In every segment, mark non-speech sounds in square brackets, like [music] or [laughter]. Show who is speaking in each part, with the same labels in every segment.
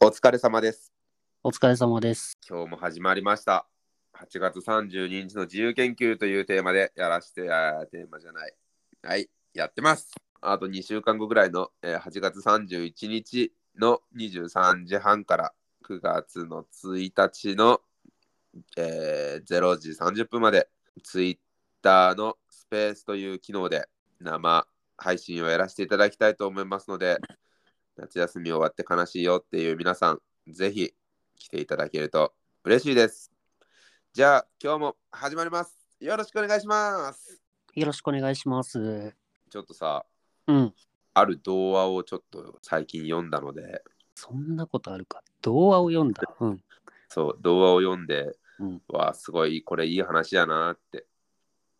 Speaker 1: お疲れ様です。
Speaker 2: お疲れ様です。
Speaker 1: 今日も始まりました。8月32日の自由研究というテーマでやらして、あーテーマじゃない。はい、やってます。あと2週間後ぐらいの、えー8月31日の23時半から9月の1日の、えー0時30分まで Twitter のスペースという機能で生配信をやらせていただきたいと思いますので夏休み終わって悲しいよっていう皆さんぜひ来ていただけると嬉しいです。じゃあ今日も始まります。よろしくお願いします。
Speaker 2: よろしくお願いします。
Speaker 1: ちょっとさ、
Speaker 2: うん。
Speaker 1: ある童話をちょっと最近読んだので、
Speaker 2: そんなことあるか。童話を読んだ。うん。
Speaker 1: そう、童話を読んで、
Speaker 2: うん
Speaker 1: わあ、すごい、これいい話やなって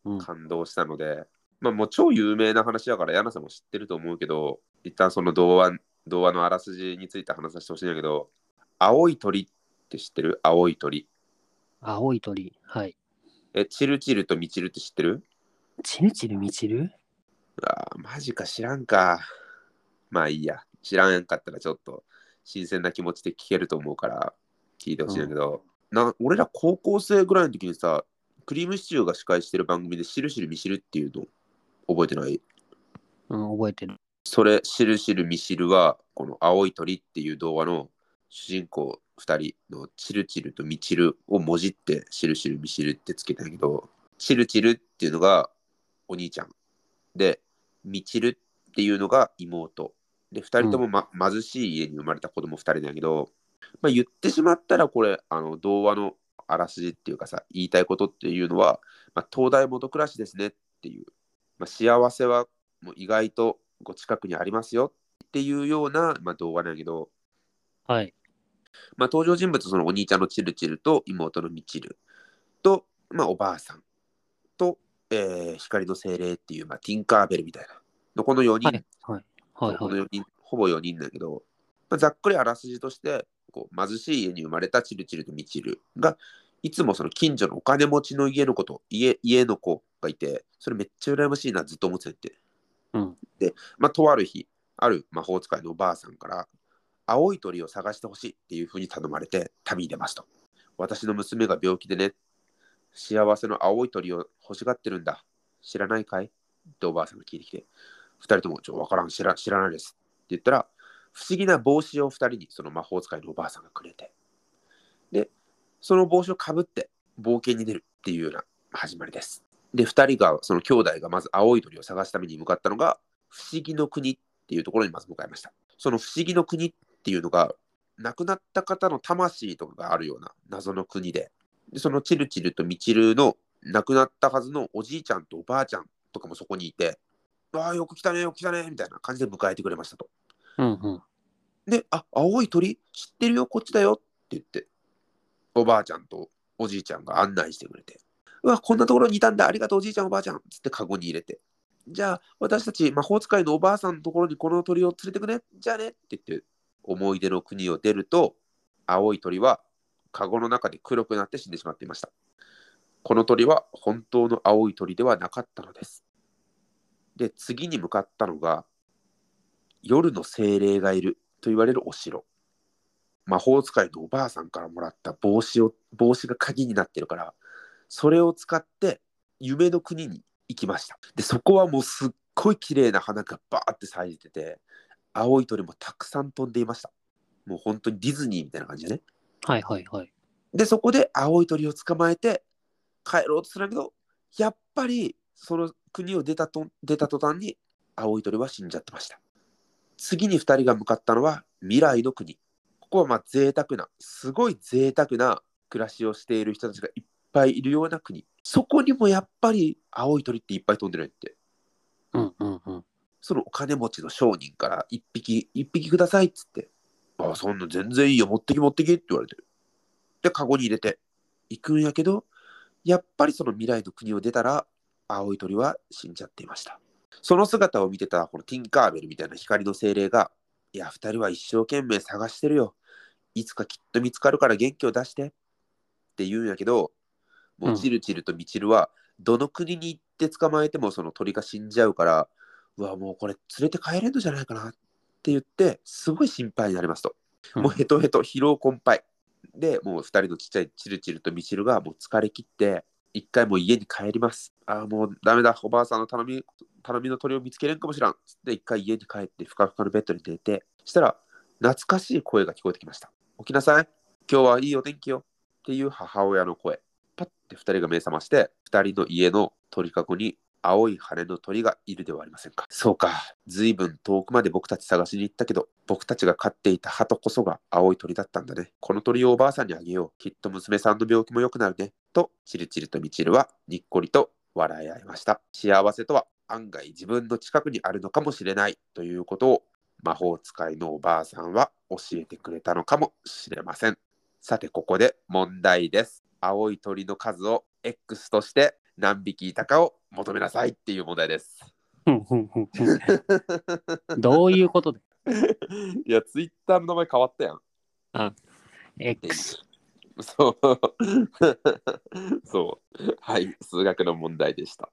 Speaker 2: うん。
Speaker 1: 感動したので、まあもう超有名な話だから、柳さんも知ってると思うけど、一旦その童話、童話のあらすじについて話させてほしいんだけど、青い鳥って知ってる青い鳥。
Speaker 2: 青い鳥。はい。
Speaker 1: え、チルチルとミチルって知ってる
Speaker 2: ちるちるみちる
Speaker 1: あーマジか知らんか。まあいいや。知らんかったらちょっと新鮮な気持ちで聞けると思うから聞いてほしいんだけど、な俺ら高校生ぐらいの時にさ、クリームシチューが司会してる番組でしるしるみしるっていうの覚えてない
Speaker 2: うん、覚えてる。
Speaker 1: それ、しるしるみしるはこの青い鳥っていう童話の主人公2人のチルチルとミチルをもじってしるしるみしるってつけたんだけど、チルチルっていうのがお兄ちゃん。で、ミチルっていうのが妹。で、2人とも、ま貧しい家に生まれた子供2人なんだけど、まあ、言ってしまったらこれ、あの童話のあらすじっていうかさ、言いたいことっていうのは、まあ、東大元暮らしですねっていう。まあ、幸せはもう意外とご近くにありますよっていうような、まあ、童話なんだけど、
Speaker 2: はい。
Speaker 1: まあ、登場人物そのお兄ちゃんのチルチルと妹のミチルと、まあ、おばあさんと、えー光の精霊っていう、まあ、ティンカーベルみたいなのこの4人、
Speaker 2: はい。はい。はい。
Speaker 1: この
Speaker 2: はい。
Speaker 1: 4人ほぼ4人だけど、まあ、ざっくりあらすじとしてこう貧しい家に生まれたチルチルとミチルがいつもその近所のお金持ちの家の子と家家の子がいてそれめっちゃ羨ましいなずっと思ってて
Speaker 2: うん。
Speaker 1: まあ、とある日、ある魔法使いのおばあさんから、青い鳥を探してほしいっていうふうに頼まれて旅に出ますと。私の娘が病気でね、幸せの青い鳥を欲しがってるんだ。知らないかいっておばあさんが聞いてきて、二人ともちょ、わからん知ら、知らないです。って言ったら、不思議な帽子を二人にその魔法使いのおばあさんがくれて、で、その帽子をかぶって冒険に出るっていうような始まりです。で、二人が、その兄弟がまず青い鳥を探すために向かったのが、不思議の国っていうところにまず向かいました。その不思議の国っていうのが、亡くなった方の魂とかがあるような謎の国で、でそのチルチルとミチルの亡くなったはずのおじいちゃんとおばあちゃんとかもそこにいて、わあ、よく来たね、よく来たね、みたいな感じで迎えてくれましたと。
Speaker 2: うん。うん。
Speaker 1: で、あ、青い鳥知ってるよ、こっちだよって言って、おばあちゃんとおじいちゃんが案内してくれて、うわ、こんなところにいたんだ、ありがとうおじいちゃん、おばあちゃんつってカゴに入れて、じゃあ、私たち魔法使いのおばあさんのところにこの鳥を連れてくね、じゃあねって言って、思い出の国を出ると、青い鳥はカゴの中で黒くなって死んでしまっていました。この鳥は本当の青い鳥ではなかったのです。で、次に向かったのが、夜の精霊がいると言われるお城魔法使いのおばあさんからもらった帽子を帽子が鍵になってるからそれを使って夢の国に行きましたでそこはもうすっごい綺麗な花がバーって咲いてて青い鳥もたくさん飛んでいましたもう本当にディズニーみたいな感じでね
Speaker 2: はい。はい。はい。
Speaker 1: でそこで青い鳥を捕まえて帰ろうとするんだけどやっぱりその国を出たと出た途端に青い鳥は死んじゃってました次に2人が向かったのは未来の国ここはまあ贅沢なすごい贅沢な暮らしをしている人たちがいっぱいいるような国そこにもやっぱり青い鳥っていっぱい飛んでるんやって
Speaker 2: うん。うん。うん。
Speaker 1: そのお金持ちの商人から1匹1匹くださいっつって「ああそんな全然いいよ持ってき持ってき」って言われてでカゴに入れて行くんやけどやっぱりその未来の国を出たら青い鳥は死んじゃっていましたその姿を見てたこのティンカーベルみたいな光の精霊が「いや2人は一生懸命探してるよいつかきっと見つかるから元気を出して」って言うんやけどもうチルチルとミチルはどの国に行って捕まえてもその鳥が死んじゃうから、うわもうこれ連れて帰れんのじゃないかなって言ってすごい心配になりますと
Speaker 2: うん
Speaker 1: もうヘトヘト疲労困憊でもう2人のちっちゃいチルチルとミチルがもう疲れ切って一回もう家に帰りますああもうダメだおばあさんの頼み頼みの鳥を見つけれんかもしらんつって一回家に帰ってふかふかのベッドに寝てしたら懐かしい声が聞こえてきました起きなさい今日はいいお天気よっていう母親の声パッて2人が目覚まして2人の家の鳥かごに青い羽の鳥がいるではありませんかそうか随分遠くまで僕たち探しに行ったけど僕たちが飼っていた鳩こそが青い鳥だったんだねこの鳥をおばあさんにあげようきっと娘さんの病気も良くなるねとチルチルとミチルはにっこりと笑い合いました幸せとは案外自分の近くにあるのかもしれないということを魔法使いのおばあさんは教えてくれたのかもしれませんさてここで問題です。青い鳥の数を X として何匹いたかを求めなさいっていう問題です。
Speaker 2: うんうんうんうんどういうことで
Speaker 1: [laughs] いや、ツイッターの名前変わったやん。
Speaker 2: ?X。
Speaker 1: そう。 [laughs] そう。はい、数学の問題でした。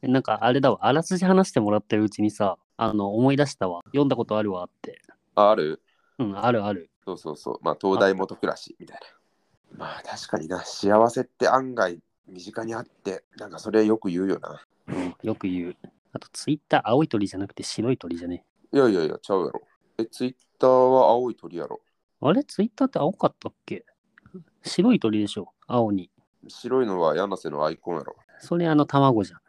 Speaker 2: なんかあれだわ、あらすじ話してもらってるうちにさ、あの、思い出したわ。読んだことあるわって。
Speaker 1: ある
Speaker 2: うん、あるある。
Speaker 1: そうそうそう。まあ、東大元暮らしみたいな。まあ、確かにな。幸せって案外身近にあって、なんかそれよく言うよな。
Speaker 2: うん、よく言う。あと、ツイッター青い鳥じゃなくて白い鳥じゃね。
Speaker 1: いやいやいや、ちゃうやろ。え、ツイッターは青い鳥やろ。
Speaker 2: あれツイッターって青かったっけ白い鳥でしょ青に。
Speaker 1: 白いのは柳瀬のアイコンやろ。
Speaker 2: それあの卵じゃん。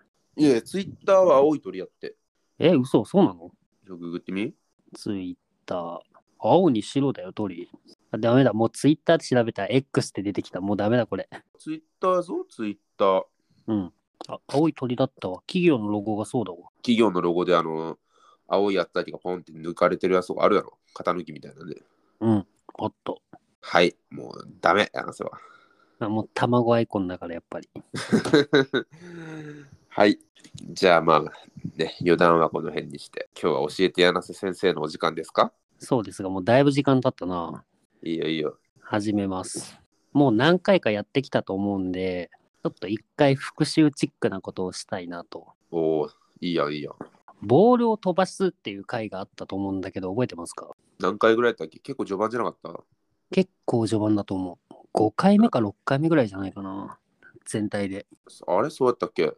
Speaker 1: いや、ツイッターは青い鳥やって。
Speaker 2: え、嘘そうなの
Speaker 1: ちょググってみ
Speaker 2: ツイッター。青に白だよ、鳥。あダメだ、もうツイッターで調べたら X って出てきた。もうダメだ、これ。
Speaker 1: ツイッターやぞ、ツイッター。
Speaker 2: うん。あ、青い鳥だったわ。企業のロゴがそうだわ。
Speaker 1: 企業のロゴであの、青いやつだけがポンって抜かれてるやつとかあるやろ。型抜きみたいなんで。
Speaker 2: うん。おっと。
Speaker 1: はい、もうダメ、柳瀬は。
Speaker 2: あもう卵アイコンだから、やっぱり。
Speaker 1: [laughs] はい。じゃあまあ、ね、余談はこの辺にして。今日は教えて柳瀬先生のお時間ですか
Speaker 2: そうですが、もうだいぶ時間経ったな。
Speaker 1: いいよいいよ。
Speaker 2: 始めます。もう何回かやってきたと思うんで、ちょっと一回復習チックなことをしたいなと。
Speaker 1: おおいいやんいいやん。
Speaker 2: ボールを飛ばすっていう回があったと思うんだけど、覚えてますか
Speaker 1: 何回ぐらいだったっけ結構序盤じゃなかった
Speaker 2: 結構序盤だと思う。5回目か6回目ぐらいじゃないかな。全体で。
Speaker 1: あれそうやったっけ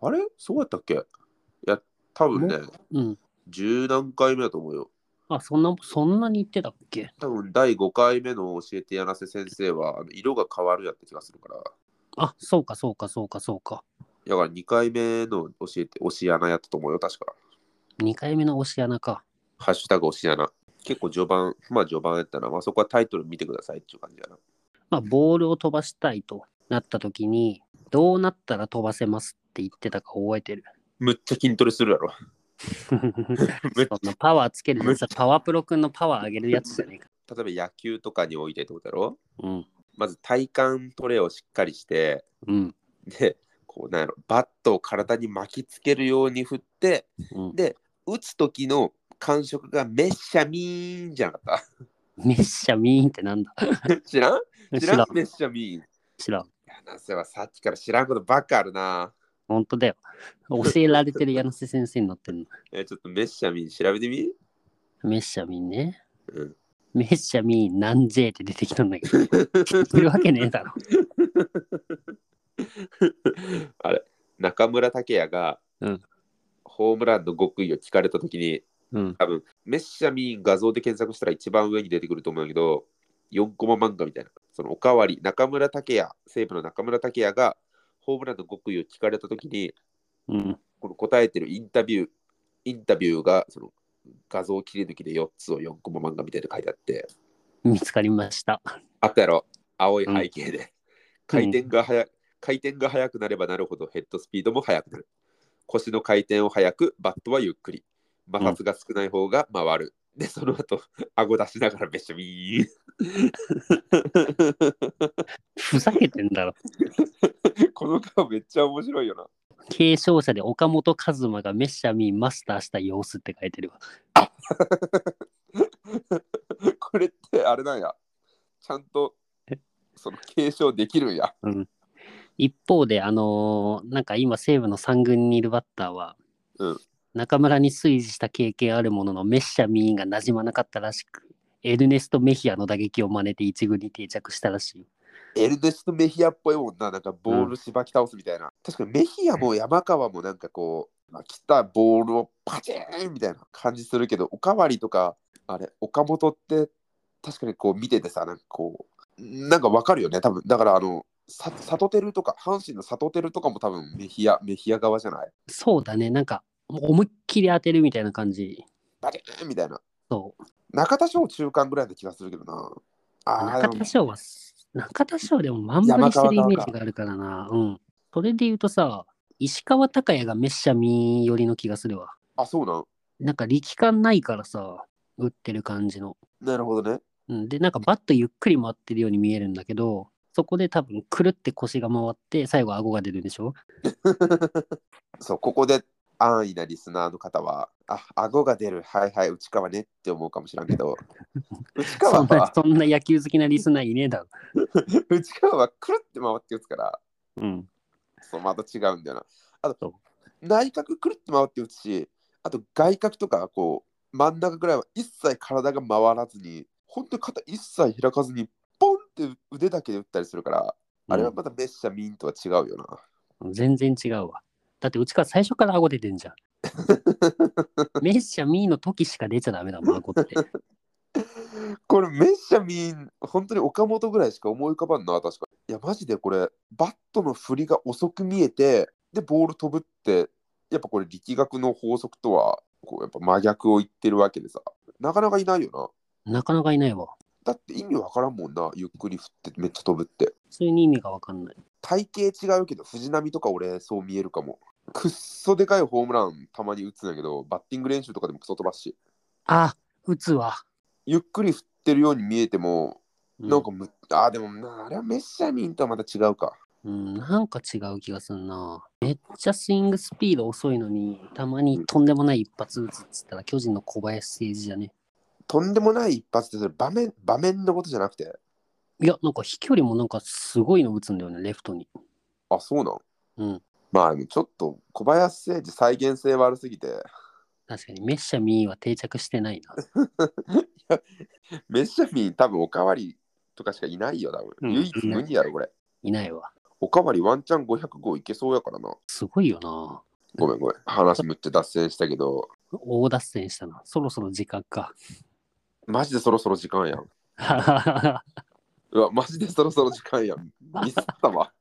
Speaker 1: あれそうやったっけいや、多分ね、
Speaker 2: うん。
Speaker 1: 十何回目だと思うよ。
Speaker 2: あ、そんな、そんなに言ってたっけ
Speaker 1: 多分第5回目の教えて柳瀬先生はあの色が変わるやった気がするから。
Speaker 2: あ、そうかそうかそうかそうか。
Speaker 1: だから2回目の教えて、教え穴やったと思うよ、確か。
Speaker 2: 2回目の押し穴か。
Speaker 1: ハッシュタグ教え穴。結構序盤、まあ序盤やったな。まあそこはタイトル見てくださいっていう感じやな。
Speaker 2: まあ、ボールを飛ばしたいとなった時に、どうなったら飛ばせますって言ってたか覚えて [laughs] る。
Speaker 1: むっちゃ筋トレするやろ。 [laughs]
Speaker 2: そのパワーつけるやつはパワープロ君のパワー上げるやつじゃねえか。
Speaker 1: 例えば野球とかにおいてってことやろ
Speaker 2: うん。
Speaker 1: まず体幹トレをしっかりして、
Speaker 2: うん。
Speaker 1: で、こうなんやろ、バットを体に巻きつけるように振って、
Speaker 2: うん、
Speaker 1: で、打つ時の感触がめっしゃみーんじゃなかっ
Speaker 2: メッシャミーンってなんだ
Speaker 1: た [laughs] 知らん
Speaker 2: 知
Speaker 1: 知
Speaker 2: ら
Speaker 1: ら
Speaker 2: ん
Speaker 1: ん。めっしゃみーん。
Speaker 2: 知らん。
Speaker 1: なせはさっきから知らんことばっかあるな。
Speaker 2: 本当だよ。教えられてる柳瀬先生になってるの。
Speaker 1: えーちょっとメッシャミン調べてみ [laughs]
Speaker 2: メッシャミンね。
Speaker 1: うん
Speaker 2: メッシャミン、なんじえって出てきたんだけど。いるわけねえだろ。
Speaker 1: あれ、中村武也が、
Speaker 2: うん
Speaker 1: ホームランの極意を聞かれたときに、
Speaker 2: うん。
Speaker 1: 多分メッシャミン画像で検索したら一番上に出てくると思うんだけど、4コマ漫画みたいな。そのおかわり、中村武也、西武の中村武也が、ホームランの極意を聞かれたときに、
Speaker 2: うん。
Speaker 1: この答えてるインタビュー、インタビューが、その画像切り抜きで4つを4コマ漫画みたいなの書いてあって、
Speaker 2: 見つかりました。
Speaker 1: あったやろ青い背景で、回転が速い回転が速くなればなるほどヘッドスピードも速くなる腰の回転を速くバットはゆっくり摩擦が少ない方が回る、でその後顎出しながらめしゃみー
Speaker 2: ふざけてんだろ。
Speaker 1: [laughs] この顔めっちゃ面白いよな
Speaker 2: 継承者で岡本和真がメッシャミンマスターした様子って書いてるわ。
Speaker 1: これってあれなんやちゃんとその継承できるんや
Speaker 2: 一方で、あのーなんか今西武の3軍にいるバッターは、
Speaker 1: うん
Speaker 2: 中村に推移した経験あるもののメッシャミンが馴染まなかったらしく、エルネスト・メヒアの打撃を真似て一軍に定着したらしい。
Speaker 1: エルネスト・メヒアっぽいもんな、なんかボールしばき倒すみたいな。確かにメヒアも山川もなんかこう、まあ、来たボールをパチーンみたいな感じするけど、おかわりとか、あれ、岡本って確かにこう見ててさ、なんかこう、なんかわかるよね、多分だからあの、さサトテルとか、阪神のサトテルとかも多分メヒア、メヒア側じゃない
Speaker 2: そうだね、なんかもう思いっきり当てるみたいな感じ。
Speaker 1: バチーンみたいな。
Speaker 2: そう。
Speaker 1: 中田翔中間ぐらいな気がするけどな。ああ、で
Speaker 2: 中
Speaker 1: も
Speaker 2: 田翔は、中田翔でもまんまりしてるイメージがあるからな。うん。それで言うとさ、石川昂弥がメッシャミ寄りの気がするわ。
Speaker 1: あ、そうなん。
Speaker 2: なんか力感ないからさ、打ってる感じの。
Speaker 1: なるほどね。
Speaker 2: うん、で、なんかバットゆっくり回ってるように見えるんだけど、そこで多分くるって腰が回って、最後顎が出るでしょ
Speaker 1: [laughs] そう、ここで安易なリスナーの方は、あ、顎が出る、はいはい、内川ねって思うかもしれんけ
Speaker 2: [laughs]
Speaker 1: ど、内川
Speaker 2: そんな
Speaker 1: は、
Speaker 2: [laughs] そんな野球好きなリスナーいねえだろ。
Speaker 1: [laughs] 内川はくるって回って打つから、
Speaker 2: うん。
Speaker 1: そう、また違うんだよな。あ
Speaker 2: そう
Speaker 1: と、内角くるって回って打つし、あと外角とか、こう、真ん中ぐらいは一切体が回らずに、本当に肩一切開かずに、ポンって腕だけで打ったりするから、あれはまたメッシャミンとは違うよな。
Speaker 2: うん全然違うわ。だってうちから最初から顎出てんじ
Speaker 1: [laughs]
Speaker 2: ゃん。メッシャミーの時しか出ちゃダメだもん、顎って。
Speaker 1: [laughs] これメッシャミン本当に岡本ぐらいしか思い浮かばんな確かいやマジでこれバットの振りが遅く見えてでボール飛ぶってやっぱこれ力学の法則とはこうやっぱ真逆を言ってるわけでさなかなかいないよな
Speaker 2: なかなかいないわ。
Speaker 1: だって意味わからんもんなゆっくり振ってめっちゃ飛ぶって
Speaker 2: 普通に意味がわかんない。
Speaker 1: 体型違うけど藤浪とか俺そう見えるかもくっそでかいホームランたまに打つんだけどバッティング練習とかでもクソ飛ばすし
Speaker 2: あ、打つわ。
Speaker 1: ゆっくり振ってるように見えても
Speaker 2: うん
Speaker 1: なんかむ、あーでもなあれはメッシャミンとはまた違うか。
Speaker 2: うん、なんか違う気がするな。めっちゃスイングスピード遅いのに、たまにとんでもない一発打つっつったら、巨人の小林誠司じゃね。
Speaker 1: とんでもない一発ってそれ場面場面のことじゃなくて。
Speaker 2: いや、なんか飛距離もなんかすごいの打つんだよね、レフトに。
Speaker 1: あそうなん。
Speaker 2: うん。
Speaker 1: まあちょっと小林誠司再現性悪すぎて [laughs]
Speaker 2: 確かに、メッシャミーは定着してないな。
Speaker 1: メッシャミン多分おかわりとかしかいないよ多分。
Speaker 2: うん
Speaker 1: 唯一無二やろこれ。
Speaker 2: いないわ。
Speaker 1: おかわりワンチャン500号いけそうやからな。
Speaker 2: すごいよな。
Speaker 1: ごめんごめん。話むっちゃ脱線したけど、 [laughs]
Speaker 2: 大脱線したな。そろそろ時間か。
Speaker 1: マジでそろそろ時間やん。うわ、マジでそろそろ時間
Speaker 2: [laughs]
Speaker 1: やん。ミスったわ。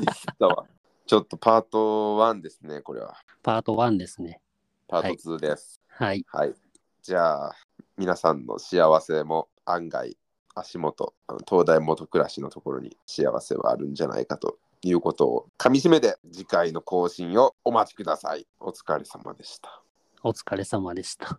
Speaker 1: ミスったわ。ちょっとパート1ですね、これは。
Speaker 2: [laughs] パート1ですね。
Speaker 1: パート2です。
Speaker 2: はい。
Speaker 1: はい。じゃあ、皆さんの幸せも案外、足元、あの東大元暮らしのところに幸せはあるんじゃないかということをかみしめて、次回の更新をお待ちください。お疲れ様でした。
Speaker 2: お疲れ様でした。